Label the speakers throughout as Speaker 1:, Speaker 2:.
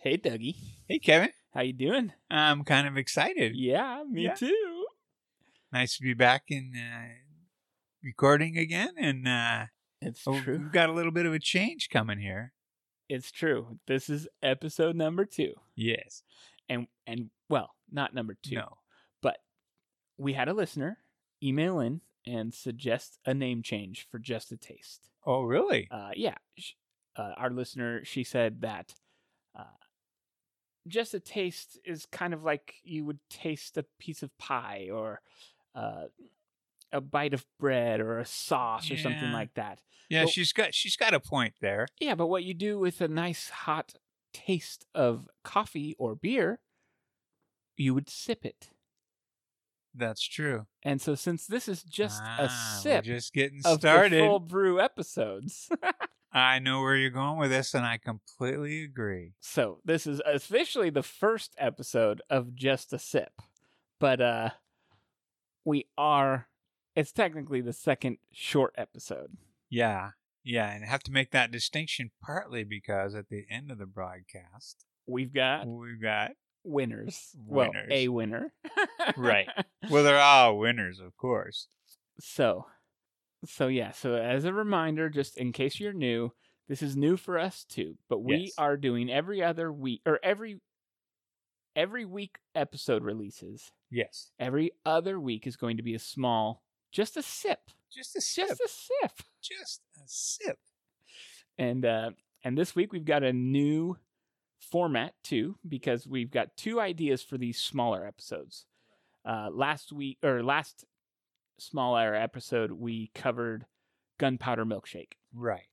Speaker 1: Hey, Dougie.
Speaker 2: Hey, Kevin.
Speaker 1: How you doing?
Speaker 2: I'm kind of excited.
Speaker 1: Yeah, me
Speaker 2: Yeah.
Speaker 1: too.
Speaker 2: Nice to be back in uh, recording again. And uh,
Speaker 1: It's
Speaker 2: oh,
Speaker 1: true.
Speaker 2: we've got a little bit of a change coming here.
Speaker 1: It's true. This is episode number two,
Speaker 2: Yes.
Speaker 1: and and well, not number two,
Speaker 2: No.
Speaker 1: but we had a listener email in and suggest a name change for just a taste.
Speaker 2: Oh, really?
Speaker 1: uh, yeah, sh- uh, our listener, she said that uh, just a taste is kind of like you would taste a piece of pie or uh, a bite of bread or a sauce or something
Speaker 2: Yeah.
Speaker 1: like that.
Speaker 2: Yeah,
Speaker 1: well-
Speaker 2: she's got she's got a point there.
Speaker 1: Yeah, but what you do with a nice hot taste of coffee or beer, you would sip it.
Speaker 2: That's true.
Speaker 1: And so, since this is just a
Speaker 2: Ah, we're
Speaker 1: sip
Speaker 2: just getting
Speaker 1: of
Speaker 2: started.
Speaker 1: the full brew episodes,
Speaker 2: I know where you're going with this, and I completely agree.
Speaker 1: So this is officially the first episode of Just a Sip, but uh, we are. It's technically the second short episode.
Speaker 2: Yeah. Yeah, and I have to make that distinction partly because at the end of the broadcast,
Speaker 1: We've got
Speaker 2: we've got
Speaker 1: winners. Well,
Speaker 2: Winners.
Speaker 1: a winner.
Speaker 2: Right. Well, they're all winners, of course.
Speaker 1: So, so yeah. So as a reminder, just in case you're new, this is new for us too. But we
Speaker 2: Yes.
Speaker 1: are doing every other week or every every week episode releases.
Speaker 2: Yes.
Speaker 1: Every other week is going to be a small, just a sip.
Speaker 2: Just a sip.
Speaker 1: just a sip.
Speaker 2: Just a sip.
Speaker 1: And uh, and this week we've got a new format too because we've got two ideas for these smaller episodes. Uh, last week or last smaller episode we covered gunpowder milkshake.
Speaker 2: Right.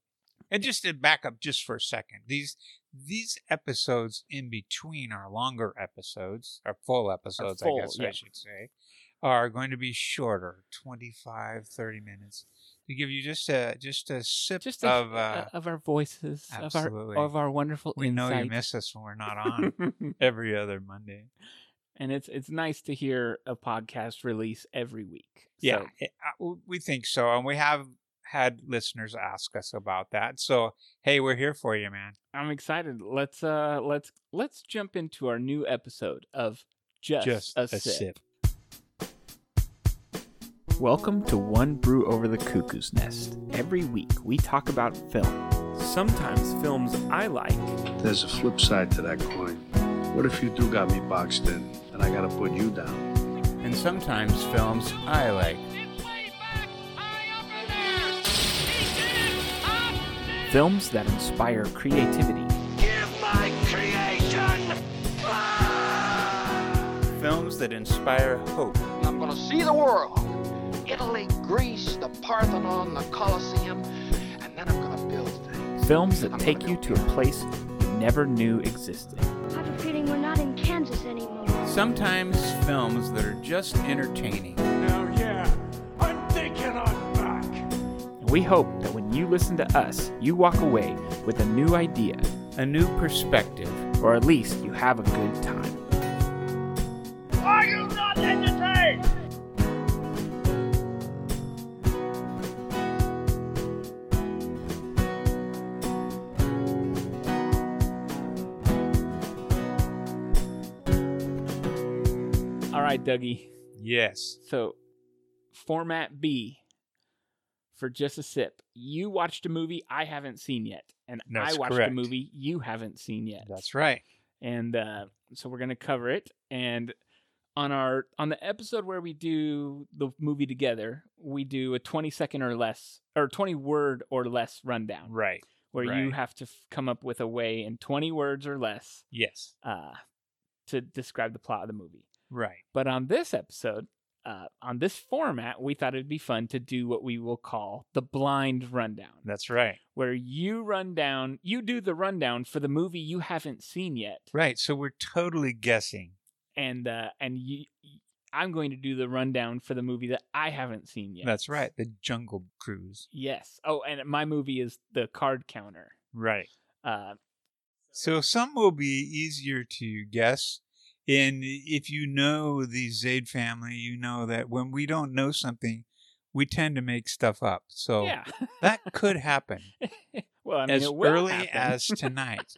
Speaker 2: And just to back up just for a second, these these episodes in between our longer episodes, our full episodes,
Speaker 1: full,
Speaker 2: I guess
Speaker 1: yeah.
Speaker 2: I should say, are going to be shorter, 25, 30 minutes, to give you just a just a sip
Speaker 1: Just a,
Speaker 2: of. uh,
Speaker 1: of our voices, of
Speaker 2: absolutely.
Speaker 1: our of our wonderful
Speaker 2: we know you
Speaker 1: insight.
Speaker 2: miss us when we're not on every other Monday.
Speaker 1: and it's it's nice to hear a podcast release every week.
Speaker 2: Yeah,
Speaker 1: So,
Speaker 2: it- uh, w- we think so, and we have had listeners ask us about that. So hey, we're here for you, man.
Speaker 1: I'm excited. Let's uh let's let's jump into our new episode of just, a, sip. Welcome to One Brew Over the Cuckoo's Nest. Every week we talk about film. Sometimes films I like,
Speaker 3: There's a flip side to that coin. What if you do got me boxed in and I gotta put you down?
Speaker 2: and sometimes films I like.
Speaker 4: It's way back, high up in there. He did it. Up.
Speaker 1: films that inspire creativity,
Speaker 4: Give my creation.
Speaker 2: Films that inspire hope.
Speaker 5: Ah! I'm going to see the world. Italy, Greece, the Parthenon, the Colosseum, and then I'm going to build things.
Speaker 1: films that
Speaker 5: I'm
Speaker 1: take
Speaker 5: gonna
Speaker 1: you
Speaker 5: go
Speaker 1: to
Speaker 5: beyond.
Speaker 1: a place you never knew existed.
Speaker 6: I have a feeling we're not in Kansas anymore.
Speaker 2: Sometimes films that are just entertaining.
Speaker 1: And we hope that when you listen to us, you walk away with a new idea,
Speaker 2: A new perspective.
Speaker 1: or at least you have a good time.
Speaker 4: Are you not entertained?
Speaker 1: All right, Dougie.
Speaker 2: Yes.
Speaker 1: So, format B for just a sip. You watched a movie I haven't seen yet, and
Speaker 2: That's
Speaker 1: I watched
Speaker 2: correct.
Speaker 1: a movie you haven't seen yet.
Speaker 2: That's right.
Speaker 1: And uh, so we're gonna cover it. And on our on the episode where we do the movie together, we do a twenty second or less or twenty word or less rundown,
Speaker 2: Right.
Speaker 1: where you
Speaker 2: right.
Speaker 1: have to f- come up with a way in twenty words or less
Speaker 2: Yes.
Speaker 1: uh, to describe the plot of the movie.
Speaker 2: Right.
Speaker 1: But on this episode, uh, on this format, we thought it'd be fun to do what we will call the blind rundown,
Speaker 2: That's right.
Speaker 1: where you run down, you do the rundown for the movie you haven't seen yet,
Speaker 2: Right. So we're totally guessing.
Speaker 1: and uh, and you, I'm going to do the rundown for the movie that I haven't seen yet.
Speaker 2: That's right. The Jungle Cruise.
Speaker 1: Yes. Oh, and my movie is the Card Counter.
Speaker 2: Right.
Speaker 1: Uh,
Speaker 2: So some will be easier to guess. And if you know the Zaid family, you know that when we don't know something, we tend to make stuff up. So
Speaker 1: yeah.
Speaker 2: that could happen
Speaker 1: well, I mean,
Speaker 2: Oh. as
Speaker 1: it will
Speaker 2: early
Speaker 1: happen.
Speaker 2: as tonight.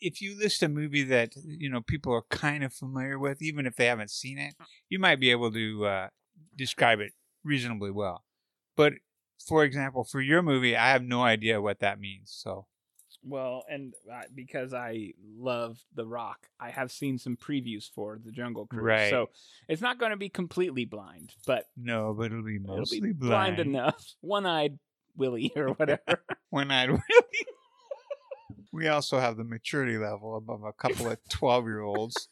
Speaker 2: if you list a movie that you know people are kind of familiar with, even if they haven't seen it,
Speaker 1: Mm.
Speaker 2: you might be able to uh, describe it reasonably well. But for example, for your movie, I have no idea what that means. So
Speaker 1: Well, and uh, because I love The Rock, I have seen some previews for The Jungle Cruise.
Speaker 2: Right.
Speaker 1: So it's not going to be completely blind, but
Speaker 2: no, but it'll be mostly
Speaker 1: it'll be blind, enough. One eyed Willie or whatever.
Speaker 2: When I really, we also have the maturity level above a couple of twelve-year-olds,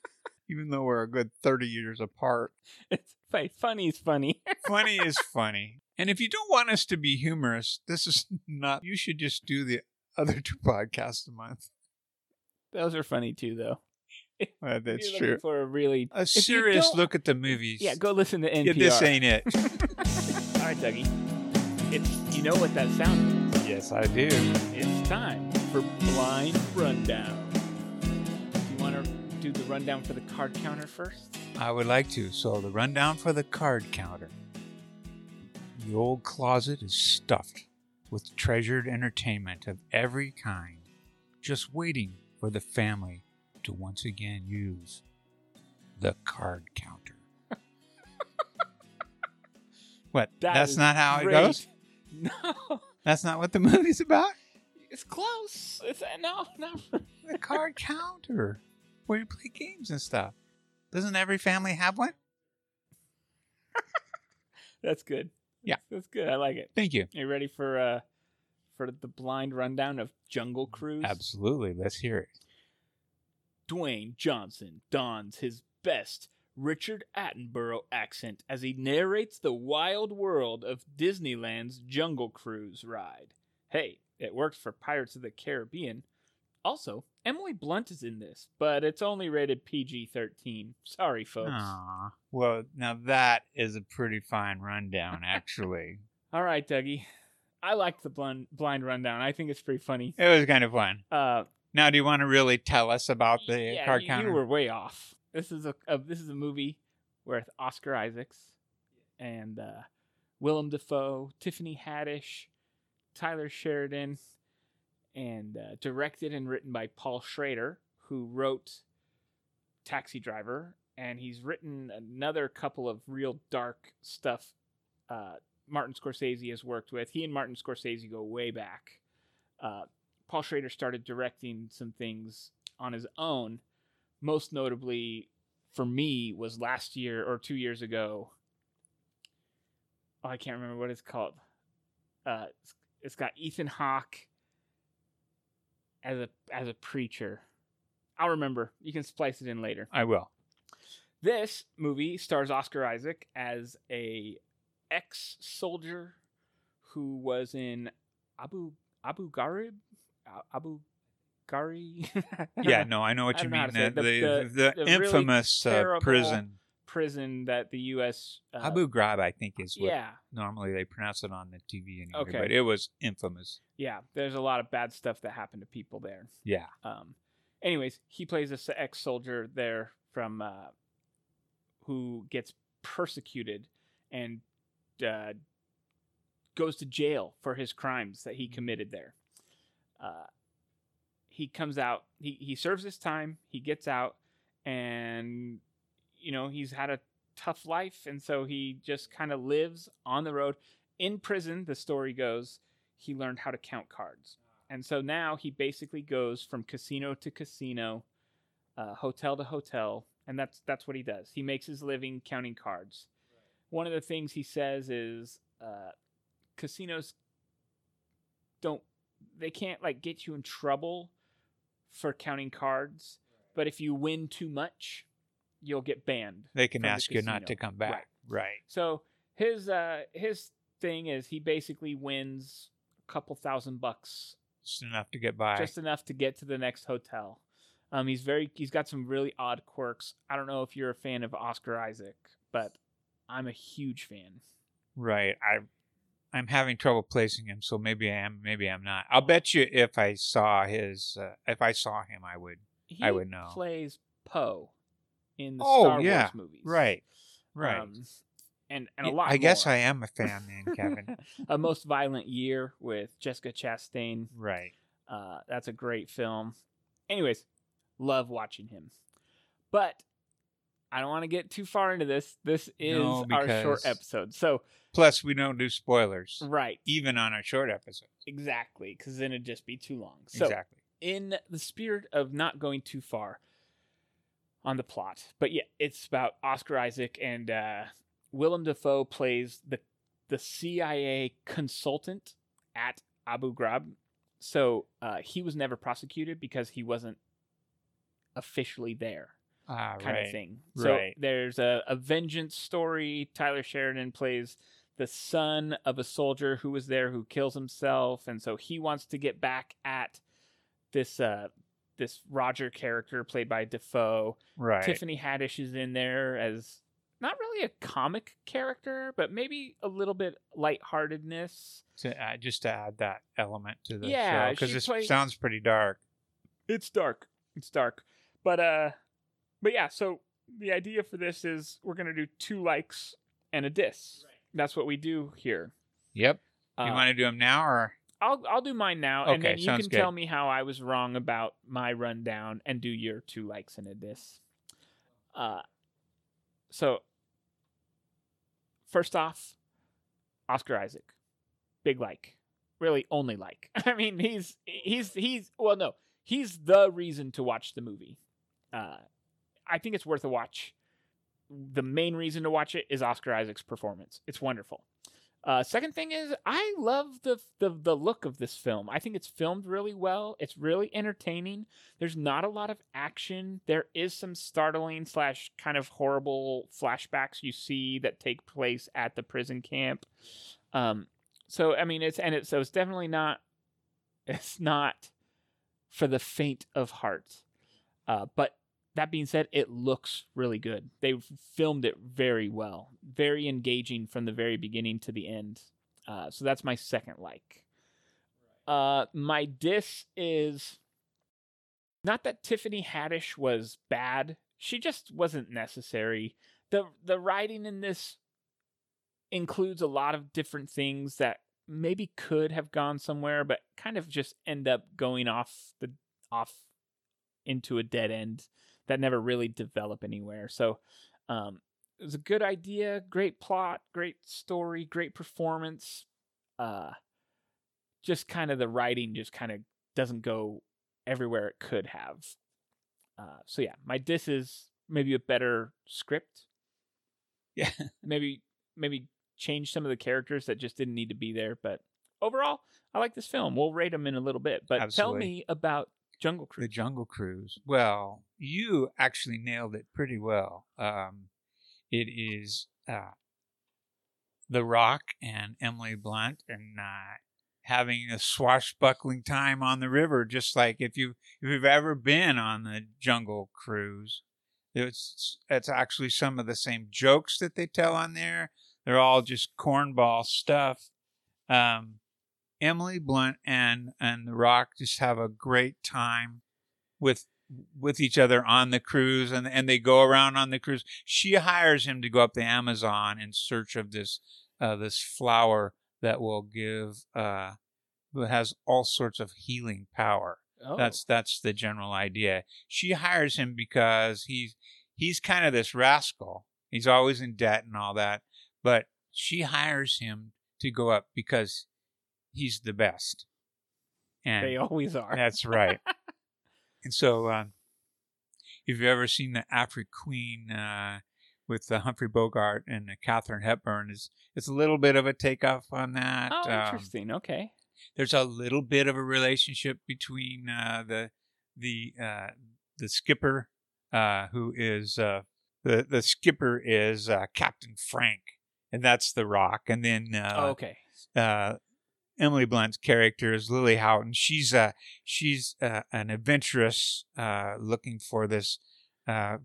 Speaker 2: even though we're a good thirty years apart.
Speaker 1: it's funny. Funny's funny.
Speaker 2: funny is funny. And if you don't want us to be humorous, this is not, you should just do the other two podcasts a month.
Speaker 1: Those are funny too, though.
Speaker 2: Uh,
Speaker 1: If
Speaker 2: that's
Speaker 1: you're
Speaker 2: true.
Speaker 1: Looking for a really
Speaker 2: A
Speaker 1: you
Speaker 2: serious
Speaker 1: don't-
Speaker 2: look at the movies.
Speaker 1: yeah, go listen to NPR.
Speaker 2: Yeah, this ain't it.
Speaker 1: All right, Dougie. It's you know what that sound.
Speaker 2: yes, I do.
Speaker 1: It's time for blind rundown. Do you want to do the rundown for the card counter first?
Speaker 2: I would like to. So, the rundown for the card counter. The old closet is stuffed with treasured entertainment of every kind, just waiting for the family to once again use the card counter. what?
Speaker 1: That
Speaker 2: that's
Speaker 1: is
Speaker 2: not how
Speaker 1: great.
Speaker 2: it goes?
Speaker 1: No,
Speaker 2: That's not what the movie's about?
Speaker 1: it's close. It's uh, no, no.
Speaker 2: The card counter where you play games and stuff. Doesn't every family have one?
Speaker 1: That's good.
Speaker 2: Yeah.
Speaker 1: that's good. I like it.
Speaker 2: Thank you.
Speaker 1: Are you ready for uh for the blind rundown of Jungle Cruise?
Speaker 2: Absolutely. Let's hear it.
Speaker 1: Dwayne Johnson dons his best Richard Attenborough accent as he narrates the wild world of Disneyland's Jungle Cruise ride. Hey, it works for Pirates of the Caribbean. Also, Emily Blunt is in this, but it's only rated PG 13. Sorry, folks.
Speaker 2: Aw. Well, now that is a pretty fine rundown, actually.
Speaker 1: All right, Dougie. I liked the blind, blind rundown. I think it's pretty funny.
Speaker 2: it was kind of fun.
Speaker 1: Uh,
Speaker 2: Now, do you want to really tell us about the
Speaker 1: yeah,
Speaker 2: card
Speaker 1: you,
Speaker 2: counter?
Speaker 1: You were way off. This is a, a this is a movie with Oscar Isaacs and uh, Willem Dafoe, Tiffany Haddish, Tyler Sheridan, and uh, directed and written by Paul Schrader, who wrote Taxi Driver, and he's written another couple of real dark stuff. Uh, Martin Scorsese has worked with. He and Martin Scorsese go way back. Uh, Paul Schrader started directing some things on his own. Most notably for me was last year or two years ago. Oh, I can't remember what it's called. Uh, it's- it's got Ethan Hawke as a as a preacher. I'll remember. You can splice it in later.
Speaker 2: I will.
Speaker 1: This movie stars Oscar Isaac as a ex soldier who was in Abu Abu Ghraib, Uh, Abu Ghari.
Speaker 2: Yeah, no, I know
Speaker 1: I
Speaker 2: what you
Speaker 1: don't know how
Speaker 2: mean.
Speaker 1: to say
Speaker 2: The,
Speaker 1: it. The-
Speaker 2: the,
Speaker 1: the-
Speaker 2: the
Speaker 1: the really
Speaker 2: infamous uh,
Speaker 1: terrible
Speaker 2: prison.
Speaker 1: prison that the U.S. Uh,
Speaker 2: Abu Ghraib, I think, is what
Speaker 1: Yeah,
Speaker 2: normally they pronounce it on the TV anyway,
Speaker 1: Okay.
Speaker 2: but it was infamous.
Speaker 1: yeah. There's a lot of bad stuff that happened to people there.
Speaker 2: Yeah.
Speaker 1: Um, anyways, he plays this ex soldier there from uh, who gets persecuted and uh, goes to jail for his crimes that he committed there. Uh, he comes out, he, he serves his time, he gets out, and you know, he's had a tough life, and so he just kind of lives on the road. In prison, the story goes, he learned how to count cards. And so now he basically goes from casino to casino, uh, hotel to hotel, and that's that's what he does. He makes his living counting cards. One of the things he says is uh, casinos don't they can't like get you in trouble for counting cards, but if you win too much, you'll get banned.
Speaker 2: They can
Speaker 1: From the
Speaker 2: ask you not
Speaker 1: casino.
Speaker 2: to come back. Right.
Speaker 1: So his uh, his thing is he basically wins a couple thousand bucks
Speaker 2: Just enough to get by.
Speaker 1: just enough to get to the next hotel. Um, he's very he's got some really odd quirks. I don't know if you're a fan of Oscar Isaac, but I'm a huge fan.
Speaker 2: Right. I I'm having trouble placing him, so maybe I am, maybe I'm not. I'll bet you if I saw his uh, if I saw him I would.
Speaker 1: He
Speaker 2: I would know.
Speaker 1: Plays Poe in the
Speaker 2: Oh,
Speaker 1: Star
Speaker 2: yeah.
Speaker 1: Wars movies,
Speaker 2: Right. Right.
Speaker 1: Um, and and a
Speaker 2: Yeah,
Speaker 1: lot.
Speaker 2: I guess
Speaker 1: more.
Speaker 2: I am a fan then, Kevin.
Speaker 1: a most violent year with Jessica Chastain.
Speaker 2: right.
Speaker 1: Uh, that's a great film. Anyways, love watching him. But I don't want to get too far into this. This is
Speaker 2: No,
Speaker 1: our short
Speaker 2: because-
Speaker 1: episode. So,
Speaker 2: Plus, we don't do spoilers,
Speaker 1: right,
Speaker 2: even on our short episodes.
Speaker 1: exactly, because then it'd just be too long. So,
Speaker 2: exactly.
Speaker 1: in the spirit of not going too far on the plot, but yeah, it's about Oscar Isaac and uh, Willem Dafoe plays the the CIA consultant at Abu Ghraib. So uh, he was never prosecuted because he wasn't officially there,
Speaker 2: Ah,
Speaker 1: kind
Speaker 2: right.
Speaker 1: of thing. So
Speaker 2: Right.
Speaker 1: there's a, a vengeance story. Tyler Sheridan plays the son of a soldier who was there who kills himself, and so he wants to get back at this uh, this Roger character played by Defoe.
Speaker 2: Right.
Speaker 1: Tiffany Haddish is in there as not really a comic character, but maybe a little bit lightheartedness.
Speaker 2: To, uh, just to add that element to the
Speaker 1: Yeah,
Speaker 2: show because
Speaker 1: she
Speaker 2: this
Speaker 1: plays-
Speaker 2: sounds pretty dark.
Speaker 1: It's dark. It's dark. But uh but yeah, so the idea for this is we're gonna do two likes and a diss. That's what we do here.
Speaker 2: Yep. you
Speaker 1: Uh,
Speaker 2: want to do them now or
Speaker 1: I'll I'll do mine now, and
Speaker 2: Okay,
Speaker 1: then you
Speaker 2: sounds
Speaker 1: can
Speaker 2: good.
Speaker 1: tell me how I was wrong about my rundown, and do your two likes and a diss. Uh, so first off, Oscar Isaac, big like, really only like. I mean, he's he's he's well, no, he's the reason to watch the movie. Uh, I think it's worth a watch. The main reason to watch it is Oscar Isaac's performance. It's wonderful. Uh, second thing is, I love the, the the look of this film. I think it's filmed really well. It's really entertaining. There's not a lot of action. There is some startling slash kind of horrible flashbacks you see that take place at the prison camp. Um, so I mean, it's and it's so it's definitely not. It's not for the faint of heart. Uh, but that being said, it looks really good. They filmed it very well, very engaging from the very beginning to the end. Uh, so that's my second like. Uh, my diss is not that Tiffany Haddish was bad; she just wasn't necessary. the The writing in this includes a lot of different things that maybe could have gone somewhere, but kind of just end up going off the off into a dead end that never really develop anywhere. So um, it was a good idea, great plot, great story, great performance. Uh, just kind of the writing just kind of doesn't go everywhere it could have. Uh, so yeah, my diss is maybe a better script.
Speaker 2: Yeah.
Speaker 1: maybe maybe change some of the characters that just didn't need to be there. But overall, I like this film. We'll rate them in a little bit. But
Speaker 2: Absolutely.
Speaker 1: tell me about Jungle Cruise.
Speaker 2: the Jungle Cruise? Well, you actually nailed it pretty well. Um, it is uh, The Rock and Emily Blunt and uh, having a swashbuckling time on the river, just like if you if you've ever been on the Jungle Cruise. It's it's actually some of the same jokes that they tell on there. They're all just cornball stuff. Um, Emily Blunt and and The Rock just have a great time with with each other on the cruise and and they go around on the cruise. She hires him to go up the Amazon in search of this uh, this flower that will give uh that has all sorts of healing power.
Speaker 1: oh.
Speaker 2: That's that's the general idea. She hires him because he's he's kind of this rascal. He's always in debt and all that, but she hires him to go up because he's the best. And
Speaker 1: they always are.
Speaker 2: that's right. and so, um, if you've ever seen the Afri Queen uh, with the Humphrey Bogart and the Catherine Hepburn, it's it's a little bit of a takeoff on that.
Speaker 1: Oh,
Speaker 2: Um,
Speaker 1: interesting. Okay.
Speaker 2: there's a little bit of a relationship between uh, the the uh, the skipper uh, who is uh, the the skipper is uh, Captain Frank, and that's the Rock, and then
Speaker 1: oh,
Speaker 2: uh,
Speaker 1: okay.
Speaker 2: uh, Emily Blunt's character is Lily Houghton. She's uh she's uh, an adventurous uh, looking for this, uh,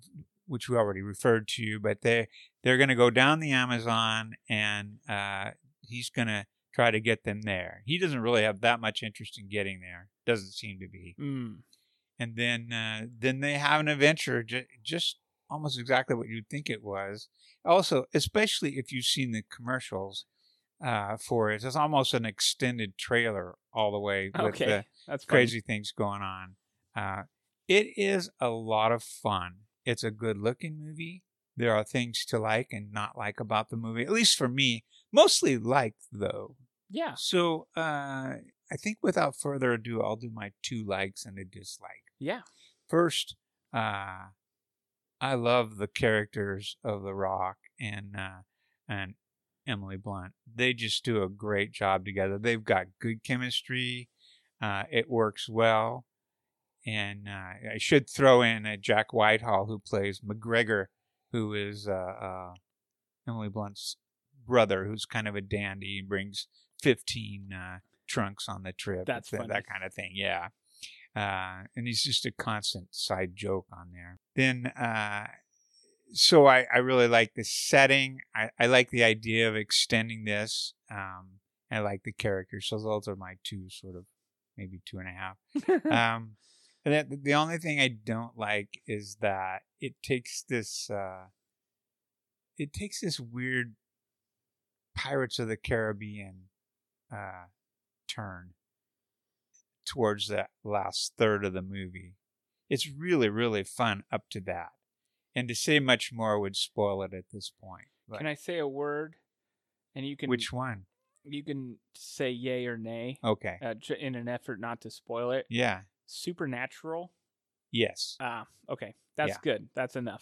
Speaker 2: which we already referred to, but they they're going to go down the Amazon and uh, he's going to try to get them there. He doesn't really have that much interest in getting there. Doesn't seem to be
Speaker 1: Mm.
Speaker 2: and then uh, then they have an adventure ju- just almost exactly what you'd think it was also especially if you've seen the commercials uh, for it it's almost an extended trailer all the way with
Speaker 1: Okay.
Speaker 2: the
Speaker 1: That's funny.
Speaker 2: crazy things going on uh, It is a lot of fun. It's a good looking movie. There are things to like and not like about the movie, at least for me. Mostly liked, though.
Speaker 1: Yeah.
Speaker 2: So uh, I think without further ado, I'll do my two likes and a dislike.
Speaker 1: Yeah.
Speaker 2: First, uh, I love the characters of The Rock and uh, and Emily Blunt. They just do a great job together. They've got good chemistry. Uh, it works well. And uh, I should throw in uh, Jack Whitehall, who plays McGregor, who is uh, uh, Emily Blunt's brother, who's kind of a dandy. He brings 15 uh, trunks on the trip.
Speaker 1: That's
Speaker 2: It's, uh,
Speaker 1: funny.
Speaker 2: That kind of thing, yeah. Uh, and he's just a constant side joke on there. Then, uh, so I, I really like the setting. I, I like the idea of extending this. Um, I like the characters. So those are my two sort of maybe two and a half um, and that, the only thing I don't like is that it takes this uh, it takes this weird Pirates of the Caribbean uh, turn towards that last third of the movie. It's really really fun up to that, and to say much more would spoil it at this point. But
Speaker 1: Can I say a word? And you can
Speaker 2: which one?
Speaker 1: you can say yay or nay
Speaker 2: Okay.
Speaker 1: uh, tr- in an effort not to spoil it.
Speaker 2: yeah.
Speaker 1: Supernatural.
Speaker 2: Yes.
Speaker 1: Ah, okay, that's
Speaker 2: Yeah.
Speaker 1: good. That's enough.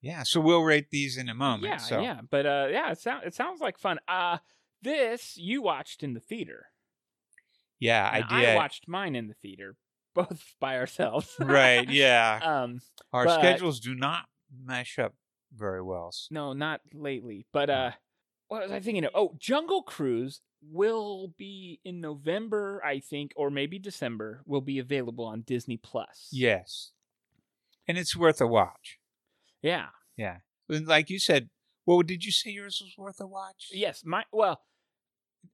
Speaker 2: Yeah. So we'll rate these in a moment.
Speaker 1: yeah,
Speaker 2: so.
Speaker 1: yeah, but uh, yeah, it sounds it sounds like fun. Uh this you watched in the theater.
Speaker 2: Yeah,
Speaker 1: And
Speaker 2: I did.
Speaker 1: I watched mine in the theater, both by ourselves.
Speaker 2: right. Yeah.
Speaker 1: um,
Speaker 2: Our
Speaker 1: But-
Speaker 2: schedules do not mesh up very well. S-
Speaker 1: no, not lately, but
Speaker 2: Yeah.
Speaker 1: uh, what was I thinking of? Oh, Jungle Cruise will be in November, I think, or maybe December. Will be available on Disney Plus.
Speaker 2: Yes. And it's worth a watch.
Speaker 1: yeah,
Speaker 2: And like you said, well, did you say yours was worth a watch?
Speaker 1: yes. My well,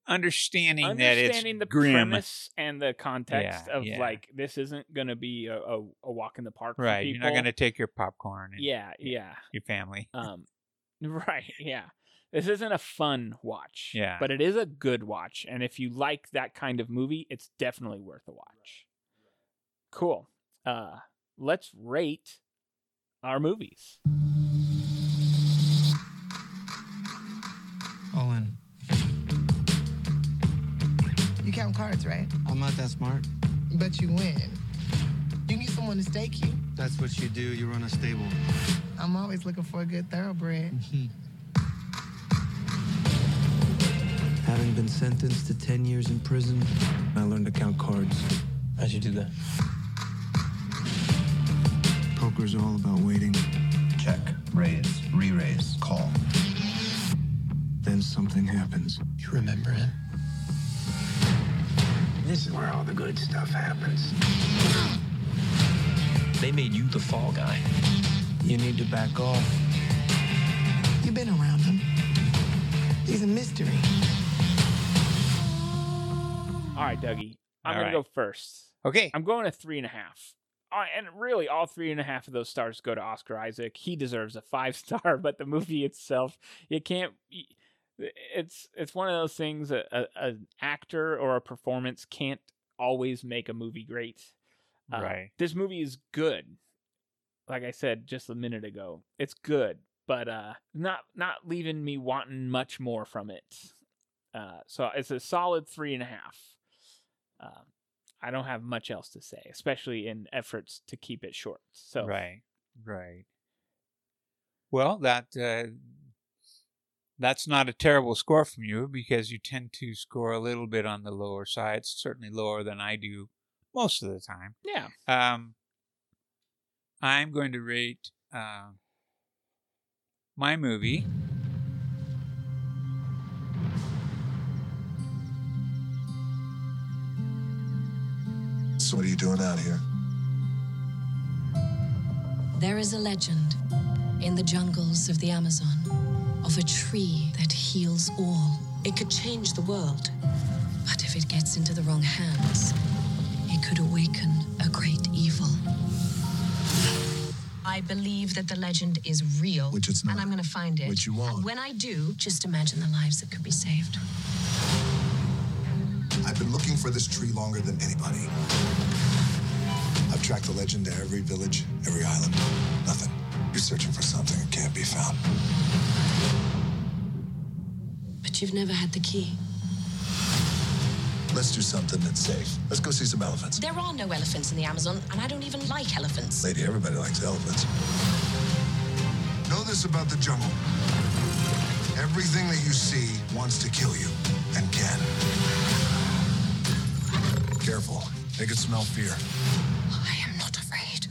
Speaker 2: Understanding, that
Speaker 1: understanding
Speaker 2: it's
Speaker 1: the
Speaker 2: grim.
Speaker 1: premise and the context
Speaker 2: Yeah,
Speaker 1: of
Speaker 2: yeah.
Speaker 1: like this isn't going to be a, a, a walk in the park. For
Speaker 2: Right. You're
Speaker 1: people.
Speaker 2: not going to take your popcorn and
Speaker 1: Yeah, yeah.
Speaker 2: your family.
Speaker 1: Um, right, yeah. This isn't a fun watch.
Speaker 2: Yeah.
Speaker 1: But it is a good watch. And if you like that kind of movie, it's definitely worth a watch. Cool. Uh, let's rate our movies.
Speaker 7: All in.
Speaker 8: You count cards, right?
Speaker 7: I'm not that smart.
Speaker 8: But you win. You need someone to stake you.
Speaker 7: That's what you do. You run a stable.
Speaker 8: I'm always looking for a good thoroughbred.
Speaker 7: Having been sentenced to 10 years in prison, I learned to count cards. How'd you do that? Poker's all about waiting.
Speaker 9: Check, raise, re-raise, call.
Speaker 7: Then something happens.
Speaker 9: You remember it? This is where all the good stuff happens. They made you the fall guy.
Speaker 7: You need to back off.
Speaker 8: You've been around him. He's a mystery.
Speaker 1: All right, Dougie. I'm
Speaker 2: All
Speaker 1: going to go first.
Speaker 2: Okay.
Speaker 1: I'm going to three and a half. Uh, and really, all three and a half of those stars go to Oscar Isaac. He deserves a five star, but the movie itself, you can't. y- It's it's one of those things. A, a, an actor or a performance can't always make a movie great. Uh,
Speaker 2: Right.
Speaker 1: This movie is good. Like I said just a minute ago, it's good, but uh, not not leaving me wanting much more from it. Uh, so it's a solid three and a half. Um, I don't have much else to say, especially in efforts to keep it short. So
Speaker 2: Right. Right. Well, that uh, that's not a terrible score from you because you tend to score a little bit on the lower side, certainly lower than I do most of the time.
Speaker 1: yeah,
Speaker 2: Um, I'm going to rate uh, my movie.
Speaker 9: So what are you doing out here?
Speaker 10: There is a legend in the jungles of the Amazon of a tree that heals all. It could change the world, but if it gets into the wrong hands, it could awaken a great evil. I believe that the legend is real,
Speaker 9: Which it's not.
Speaker 10: and I'm going to find it.
Speaker 9: Which you won't.
Speaker 10: And when I do, just imagine the lives that could be saved.
Speaker 9: I've been looking for this tree longer than anybody. I've Track the legend to every village, every island. Nothing. You're searching for something that can't be found.
Speaker 10: But you've never had the key.
Speaker 9: Let's do something that's safe. Let's go see some elephants.
Speaker 10: There are no elephants in the Amazon, and I don't even like elephants.
Speaker 9: Lady, everybody likes elephants. Know this about the jungle. Everything that you see wants to kill you and can. Careful. They can smell fear.
Speaker 10: I am not afraid.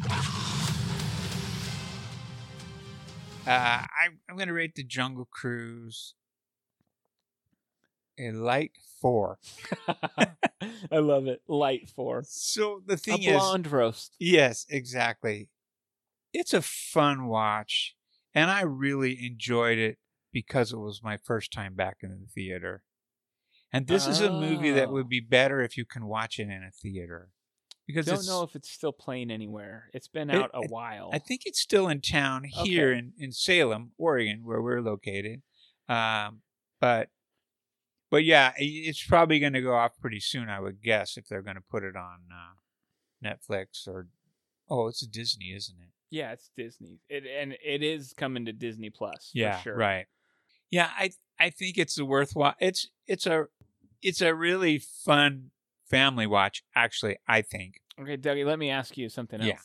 Speaker 2: Uh, I, I'm going to rate the Jungle Cruise a light four.
Speaker 1: I love it. Light four.
Speaker 2: So the
Speaker 1: A
Speaker 2: thing is,
Speaker 1: blonde roast.
Speaker 2: yes, exactly. It's a fun watch, and I really enjoyed it because it was my first time back in the theater. And this is a movie that
Speaker 1: Oh.
Speaker 2: would be better if you can watch it in a theater because
Speaker 1: Don't
Speaker 2: it's,
Speaker 1: know if it's still playing anywhere. It's been
Speaker 2: It-
Speaker 1: out a
Speaker 2: it-
Speaker 1: while.
Speaker 2: I think it's still in town
Speaker 1: Okay.
Speaker 2: here in, in Salem, Oregon, where we're located. Um, but but yeah, i- it's probably going to go off pretty soon, I would guess, if they're going to put it on uh, Netflix or oh, it's a Disney, isn't it?
Speaker 1: yeah, it's Disney. It and it is coming to Disney Plus.
Speaker 2: Yeah,
Speaker 1: for sure.
Speaker 2: right. Yeah, I I think it's a worthwhile. It's it's a it's a really fun family watch. Actually, I think
Speaker 1: Okay, Dougie, let me ask you something else.
Speaker 2: Yeah.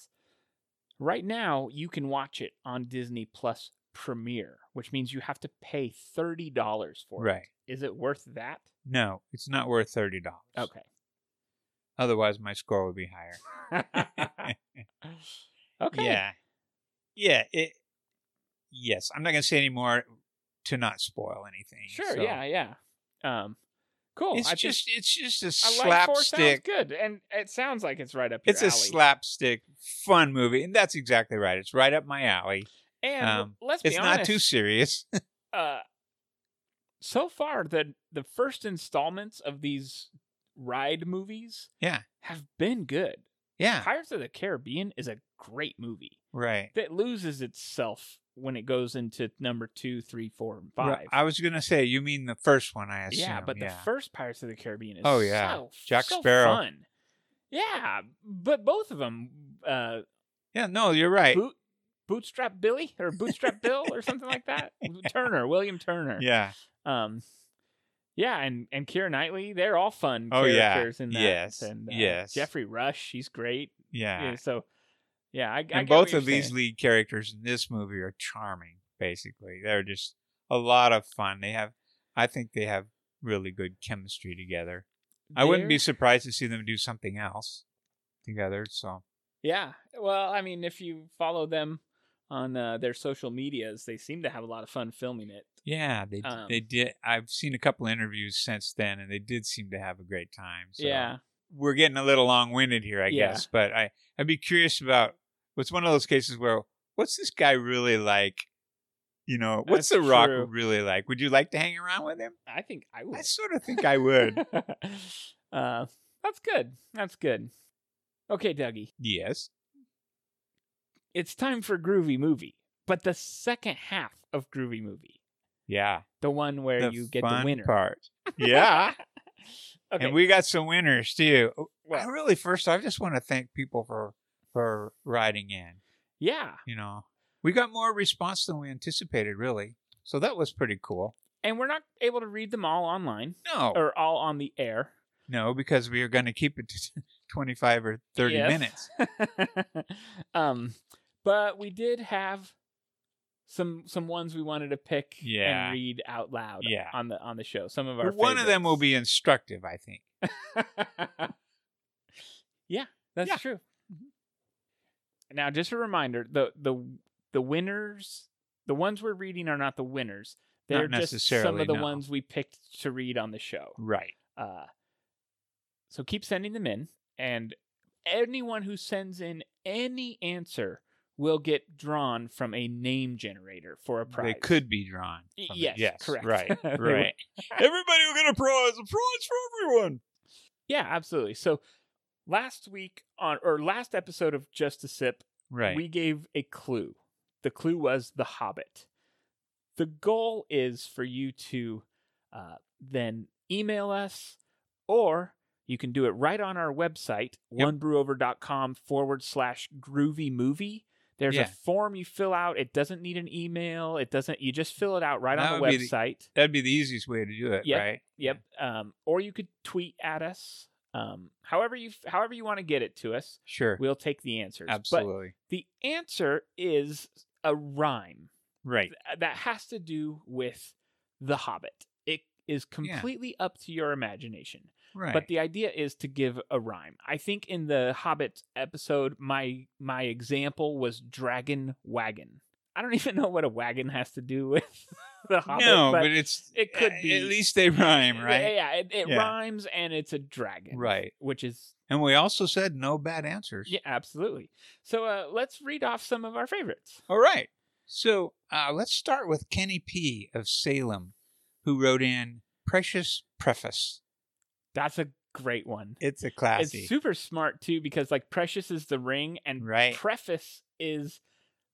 Speaker 1: Right now, you can watch it on Disney Plus Premiere, which means you have to pay thirty dollars for
Speaker 2: right.
Speaker 1: it. Is it worth that?
Speaker 2: No, it's not worth thirty dollars.
Speaker 1: Okay.
Speaker 2: Otherwise, my score would be higher.
Speaker 1: Okay.
Speaker 2: Yeah. Yeah. It, yes. I'm not going to say any more to not spoil anything.
Speaker 1: Sure.
Speaker 2: so.
Speaker 1: Yeah. Yeah. Um, cool.
Speaker 2: It's
Speaker 1: I think-
Speaker 2: just it's just a
Speaker 1: I like four sounds
Speaker 2: slapstick.
Speaker 1: good, and it sounds like it's right up your
Speaker 2: It's
Speaker 1: alley.
Speaker 2: a slapstick fun movie, and that's exactly right. It's right up my alley.
Speaker 1: And
Speaker 2: um,
Speaker 1: let's be
Speaker 2: It's
Speaker 1: honest,
Speaker 2: not too serious.
Speaker 1: uh, so far the the first installments of these ride movies
Speaker 2: Yeah.
Speaker 1: have been good.
Speaker 2: yeah.
Speaker 1: Pirates of the Caribbean is a great movie
Speaker 2: Right.
Speaker 1: that loses itself when it goes into number two, three, four, and
Speaker 2: Ri-
Speaker 1: five.
Speaker 2: I was going to say you mean the first one. I assume.
Speaker 1: yeah, but the first Pirates of the Caribbean is
Speaker 2: Oh, yeah.
Speaker 1: so,
Speaker 2: Jack
Speaker 1: so
Speaker 2: Sparrow.
Speaker 1: fun. Yeah, but both of them, uh,
Speaker 2: yeah. No, you're right.
Speaker 1: boot, Bootstrap Billy or Bootstrap Bill or something like that. Turner, William Turner.
Speaker 2: Yeah.
Speaker 1: Um, yeah, and and Keira Knightley, they're all fun
Speaker 2: Oh, yeah.
Speaker 1: characters in that.
Speaker 2: Yes,
Speaker 1: and, uh,
Speaker 2: yes.
Speaker 1: Jeffrey Rush, he's great.
Speaker 2: Yeah.
Speaker 1: Yeah, so, yeah, I, I
Speaker 2: and
Speaker 1: get what
Speaker 2: both
Speaker 1: you're
Speaker 2: of these
Speaker 1: saying.
Speaker 2: lead characters in this movie are charming basically they're just a lot of fun they have i think they have really good chemistry together i wouldn't be
Speaker 1: They're-
Speaker 2: surprised to see them do something else together so
Speaker 1: Yeah, well, I mean, if you follow them on uh, their social medias, they seem to have a lot of fun filming it.
Speaker 2: yeah they
Speaker 1: Um,
Speaker 2: they did i've seen a couple interviews since then and they did seem to have a great time so
Speaker 1: Yeah,
Speaker 2: we're getting a little long-winded here i
Speaker 1: Yeah.
Speaker 2: guess but i i'd be curious about what's one of those cases where what's this guy really like you know what's
Speaker 1: That's
Speaker 2: the rock
Speaker 1: true.
Speaker 2: really like would you like to hang around with him
Speaker 1: I think I would.
Speaker 2: I sort of think I would.
Speaker 1: uh, that's good. That's good. Okay, Dougie,
Speaker 2: yes.
Speaker 1: it's time for Groovy Movie, but the second half of Groovy Movie,
Speaker 2: Yeah.
Speaker 1: the one where
Speaker 2: The
Speaker 1: you get the
Speaker 2: fun
Speaker 1: winner.
Speaker 2: part. Yeah.
Speaker 1: Okay.
Speaker 2: And we got some winners too. Oh,
Speaker 1: Well-
Speaker 2: I really first I just want to thank people for for writing in.
Speaker 1: yeah.
Speaker 2: You know, we got more response than we anticipated, really. So that was pretty cool.
Speaker 1: And we're not able to read them all online
Speaker 2: No,
Speaker 1: or all on the air.
Speaker 2: no, because we are going to keep it to twenty five or thirty
Speaker 1: Yes.
Speaker 2: minutes.
Speaker 1: um, but we did have some some ones we wanted to pick
Speaker 2: Yeah.
Speaker 1: and read out loud
Speaker 2: Yeah.
Speaker 1: on the on the show. Some of our
Speaker 2: But one of them will be instructive, I think.
Speaker 1: favorites. yeah, that's
Speaker 2: Yeah.
Speaker 1: true. Mm-hmm. Now, just a reminder the the the winners, the ones we're reading are not the winners. They're
Speaker 2: Not
Speaker 1: just some
Speaker 2: necessarily,
Speaker 1: of the
Speaker 2: no.
Speaker 1: ones we picked to read on the show.
Speaker 2: Right.
Speaker 1: Uh, so keep sending them in, and anyone who sends in any answer will get drawn from a name generator for a prize.
Speaker 2: They could be drawn.
Speaker 1: Y-
Speaker 2: from it.
Speaker 1: yes, correct.
Speaker 2: Right.
Speaker 1: They would-
Speaker 2: Right. Everybody will get a prize. A prize for everyone.
Speaker 1: Yeah, absolutely. So last week on or last episode of Just a Sip,
Speaker 2: Right.
Speaker 1: we gave a clue. The clue was The Hobbit. The goal is for you to uh, then email us, or You can do it right on our website,
Speaker 2: Yep.
Speaker 1: onebrewover.com forward slash groovy movie. There's
Speaker 2: Yeah.
Speaker 1: a form you fill out. It doesn't need an email. It doesn't. You just fill it out right
Speaker 2: That
Speaker 1: on the
Speaker 2: would be the-
Speaker 1: website.
Speaker 2: That'd be the easiest way to do it,
Speaker 1: Yep.
Speaker 2: right?
Speaker 1: Yep. Um, or you could tweet at us. Um, however you however you want to get it to us,
Speaker 2: Sure.
Speaker 1: we'll take the answers. But
Speaker 2: Absolutely.
Speaker 1: the answer is a rhyme
Speaker 2: right.
Speaker 1: that has to do with the Hobbit. It is completely up to your imagination.
Speaker 2: Right.
Speaker 1: But the idea is to give a rhyme. I think in the Hobbit episode, my my example was dragon wagon. I don't even know what a wagon has to do with the Hobbit.
Speaker 2: no,
Speaker 1: but,
Speaker 2: but, it's
Speaker 1: it could
Speaker 2: a-
Speaker 1: be-
Speaker 2: At least they rhyme,
Speaker 1: Yeah,
Speaker 2: right?
Speaker 1: yeah, it, it
Speaker 2: Yeah.
Speaker 1: rhymes and it's a dragon.
Speaker 2: Right.
Speaker 1: Which is
Speaker 2: And we also said no bad answers.
Speaker 1: yeah, absolutely. So uh, let's read off some of our favorites.
Speaker 2: All right. So uh, let's start with Kenny P of Salem, who wrote in Precious Preface.
Speaker 1: That's a great one.
Speaker 2: It's a classy.
Speaker 1: It's super smart too because like Precious is the ring and
Speaker 2: Right.
Speaker 1: preface is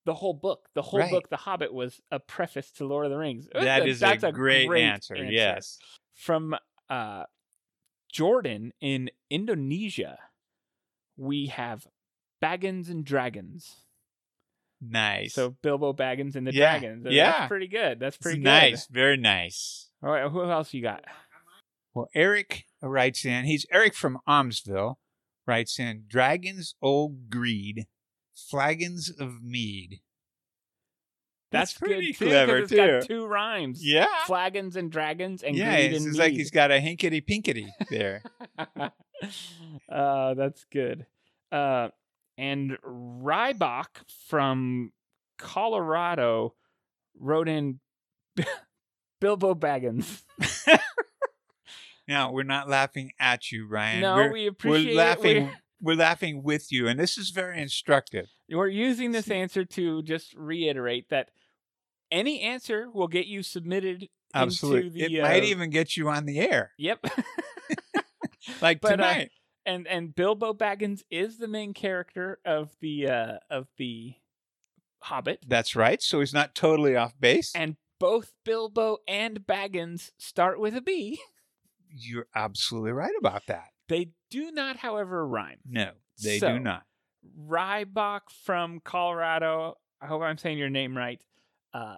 Speaker 1: the whole book. The whole
Speaker 2: Right.
Speaker 1: book, The Hobbit, was a preface to Lord of the Rings.
Speaker 2: that is
Speaker 1: That's
Speaker 2: a, great, answer. Yes.
Speaker 1: From uh, Jordan in Indonesia, we have Baggins and Dragons.
Speaker 2: Nice.
Speaker 1: So Bilbo Baggins and the
Speaker 2: Yeah,
Speaker 1: Dragons.
Speaker 2: yeah.
Speaker 1: That's pretty good. That's
Speaker 2: It's
Speaker 1: pretty good.
Speaker 2: nice. Very nice.
Speaker 1: All right, who else you got?
Speaker 2: Well, Eric writes in. He's Eric from Almsville. Writes in Dragons Old Greed, Flagons of Mead.
Speaker 1: That's,
Speaker 2: pretty
Speaker 1: good too, 'cause
Speaker 2: clever
Speaker 1: it's
Speaker 2: too.
Speaker 1: got two rhymes.
Speaker 2: Yeah.
Speaker 1: Flagons and dragons and
Speaker 2: yeah,
Speaker 1: greed
Speaker 2: it's,
Speaker 1: and
Speaker 2: it's like
Speaker 1: mead.
Speaker 2: he's got a hinkety pinkety there.
Speaker 1: uh, that's good. Uh, and Rybach from Colorado wrote in Bilbo Baggins.
Speaker 2: now we're not laughing at you, Ryan.
Speaker 1: no,
Speaker 2: we're,
Speaker 1: we
Speaker 2: we're
Speaker 1: appreciate
Speaker 2: laughing.
Speaker 1: it.
Speaker 2: We're... laughing with you, and this is very instructive.
Speaker 1: We're, we're using this answer to just reiterate that any answer will get you submitted.
Speaker 2: Absolutely,
Speaker 1: Into the,
Speaker 2: it might
Speaker 1: uh,
Speaker 2: even get you on the air,
Speaker 1: Yep.
Speaker 2: like
Speaker 1: But, uh,
Speaker 2: tonight.
Speaker 1: and and Bilbo Baggins is the main character of the uh, of the Hobbit.
Speaker 2: That's right. So he's not totally off base.
Speaker 1: and both Bilbo and Baggins start with a B.
Speaker 2: You're absolutely right about that.
Speaker 1: They do not, however, rhyme.
Speaker 2: No, they
Speaker 1: So-
Speaker 2: do not.
Speaker 1: Rybach from Colorado. I hope I'm saying your name right. Uh,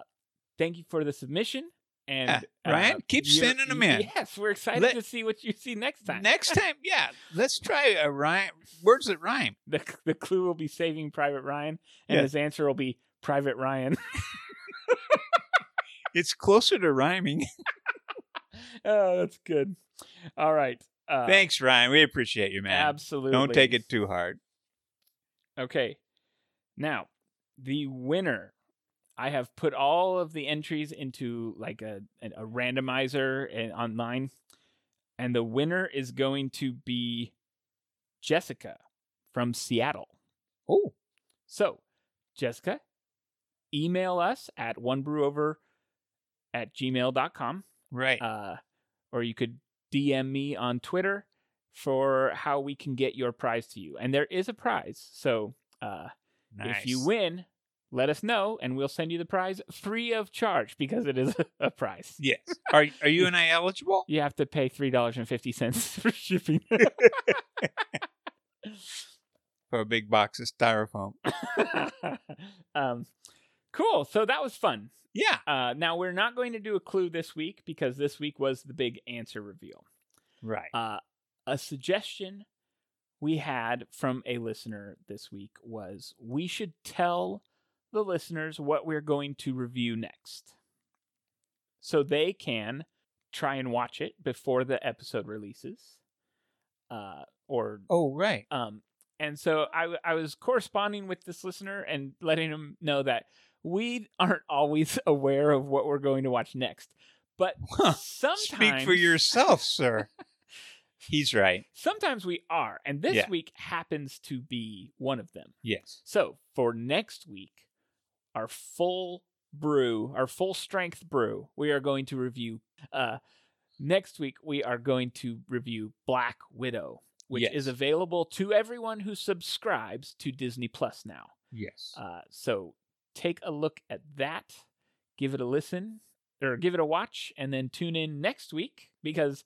Speaker 1: thank you for the submission. And uh,
Speaker 2: Yeah, Ah, Ryan, keep
Speaker 1: you're-
Speaker 2: sending 'em in.
Speaker 1: Yes, we're excited
Speaker 2: Let-
Speaker 1: to see what you see next time.
Speaker 2: Next time, yeah, let's try a rhyme. Words that rhyme.
Speaker 1: the, the clue will be saving Private Ryan, and
Speaker 2: Yeah.
Speaker 1: his answer will be Private Ryan.
Speaker 2: It's closer to rhyming.
Speaker 1: oh, that's good. All right. Uh,
Speaker 2: Thanks, Ryan. We appreciate you, man.
Speaker 1: Absolutely.
Speaker 2: Don't take it too hard.
Speaker 1: Okay. Now, the winner. I have put all of the entries into like a an- a randomizer and online, and the winner is going to be Jessica from Seattle.
Speaker 2: Oh,
Speaker 1: So, Jessica, email us at onebrewover at gmail.com
Speaker 2: right.
Speaker 1: uh, or you could DM me on Twitter for how we can get your prize to you. And there is a prize. So uh,
Speaker 2: nice.
Speaker 1: if you win, let us know and we'll send you the prize free of charge because it is a prize.
Speaker 2: yes. Are are you and I eligible?
Speaker 1: You have to pay $3.50 for shipping.
Speaker 2: For a big box of styrofoam.
Speaker 1: um, cool. So that was fun.
Speaker 2: Yeah.
Speaker 1: Uh, now, we're not going to do a clue this week because this week was the big answer reveal.
Speaker 2: Right.
Speaker 1: uh, a suggestion we had from a listener this week was we should tell the listeners what we're going to review next so they can try and watch it before the episode releases uh, or
Speaker 2: oh, right.
Speaker 1: um, and so I, w- I was corresponding with this listener and letting him know that we aren't always aware of what we're going to watch next but
Speaker 2: Huh.
Speaker 1: sometimes
Speaker 2: Speak for yourself, sir. He's right.
Speaker 1: Sometimes we are, and this
Speaker 2: Yeah.
Speaker 1: week happens to be one of them.
Speaker 2: Yes.
Speaker 1: So for next week, our full brew, our full strength brew, we are going to review. Uh, next week, we are going to review Black Widow, which
Speaker 2: Yes.
Speaker 1: is available to everyone who subscribes to Disney Plus now.
Speaker 2: Yes.
Speaker 1: Uh, so take a look at that, give it a listen or give it a watch, and then tune in next week because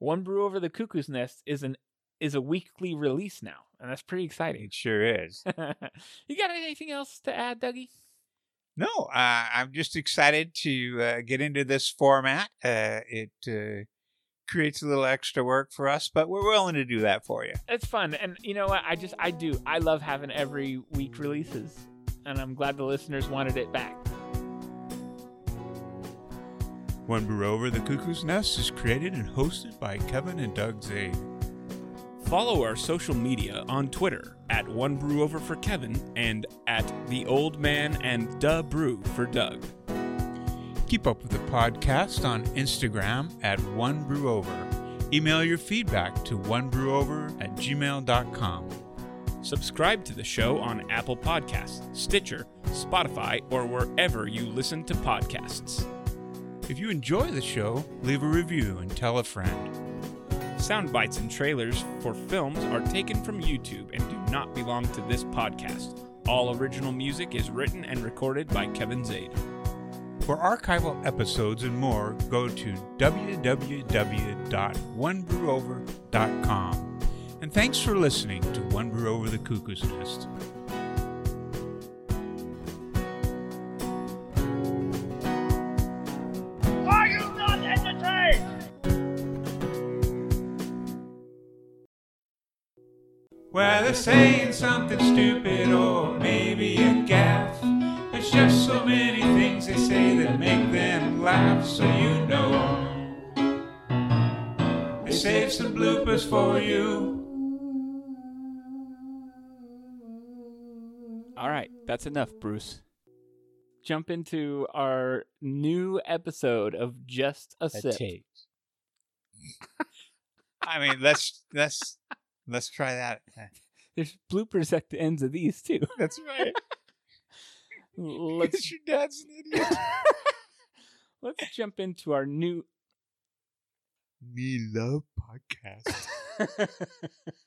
Speaker 1: One Brew Over the Cuckoo's Nest is an is a weekly release now, and that's pretty exciting.
Speaker 2: It sure is.
Speaker 1: you got anything else to add, Dougie?
Speaker 2: No, uh, I'm just excited to uh, get into this format. Uh, it uh, creates a little extra work for us, but we're willing to do that for you.
Speaker 1: It's fun, and you know what? I just I do I love having every week releases, and I'm glad the listeners wanted it back.
Speaker 2: One Brew Over the Cuckoo's Nest is created and hosted by Kevin and Doug Zade.
Speaker 11: Follow our social media on Twitter at One Brew Over for Kevin and at The Old Man and Duh Brew for Doug.
Speaker 2: Keep up with the podcast on Instagram at One Brew Over. Email your feedback to onebrewover at gmail.com.
Speaker 11: Subscribe to the show on Apple Podcasts, Stitcher, Spotify, or wherever you listen to podcasts.
Speaker 2: If you enjoy the show, leave a review and tell a friend.
Speaker 11: Sound bites and trailers for films are taken from YouTube and do not belong to this podcast. All original music is written and recorded by Kevin Zade.
Speaker 2: For archival episodes and more, go to www.onebrewover.com. And thanks for listening to One Brew Over the Cuckoo's Nest.
Speaker 4: Are you not entertained?
Speaker 2: Well, they're saying something stupid or maybe a gaff. There's just so many things they say that make them laugh, so you know. They save some bloopers for you.
Speaker 12: All right, that's enough, Bruce.
Speaker 1: Jump into our new episode of Just a Sip.
Speaker 2: I mean, let's let's let's try that.
Speaker 1: There's bloopers at the ends of these too.
Speaker 2: That's right.
Speaker 1: Let's
Speaker 2: your dad's an idiot.
Speaker 1: let's jump into our new
Speaker 2: Me love podcast.